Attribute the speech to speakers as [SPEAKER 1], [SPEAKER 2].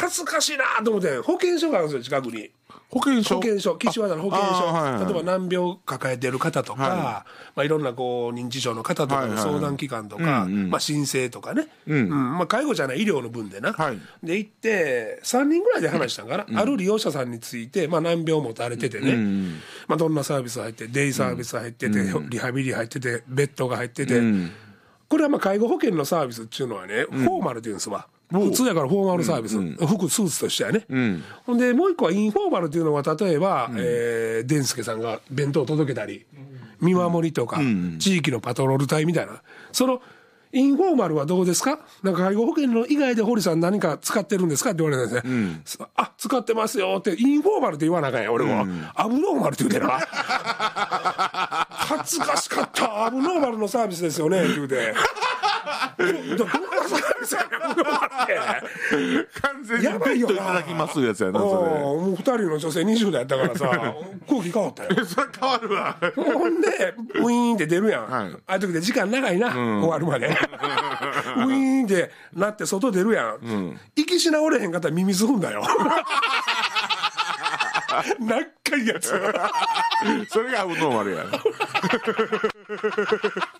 [SPEAKER 1] 恥ずかしいなと思って保険証があるんですよ近くに
[SPEAKER 2] 保険証
[SPEAKER 1] 保険証岸和田の保険証、
[SPEAKER 2] ああはいはい
[SPEAKER 1] 例えば難病抱えてる方とか、いまあ、いろんなこう認知症の方とか
[SPEAKER 2] はい
[SPEAKER 1] の
[SPEAKER 2] はい
[SPEAKER 1] 相談機関とか、まあ、申請とかね、
[SPEAKER 2] ん
[SPEAKER 1] まあ、介護じゃない医療の分でな、
[SPEAKER 2] はい
[SPEAKER 1] で行って3人ぐらいで話したんかな、ある利用者さんについて、まあ、難病持たれててね、まあ、どんなサービス入ってデイサービス入ってて、リハビリ入っててベッドが入ってて。これはまあ介護保険のサービスっていうのはね、フォーマルっていうんですわ。普通やからフォーマルサービス、服スーツとしてはね、ほんでもう一個はインフォーマルっていうのは例えば、えー、伝助さんが弁当を届けたり見守りとか、地域のパトロール隊みたいなそのインフォーマルはどうですかなんか介護保険の以外で堀さん何か使ってるんですかって言われたんですね、そあ使ってますよってインフォーマルって言わなあかんや俺も、アブノーマルって言うてな恥ずかしかったアブノーマルのサービスですよねって言うて。どどこがサービスやねんアブノーマルって
[SPEAKER 2] 完全にベ
[SPEAKER 1] やばい
[SPEAKER 2] ッ
[SPEAKER 1] よ
[SPEAKER 2] ド
[SPEAKER 1] ない
[SPEAKER 2] ただきますやつやなそ
[SPEAKER 1] もう2人の女性20代やったから さ空気変わったよ
[SPEAKER 2] れ それ変わるわ
[SPEAKER 1] ほんでウィーンって出るやん、
[SPEAKER 2] はい
[SPEAKER 1] ああいう時で時間長いな、終わる までウィーンってなって外出るやん、行きしなおれへんかったら耳すふんだ よなんかいいやつ
[SPEAKER 2] それがアブノーマルや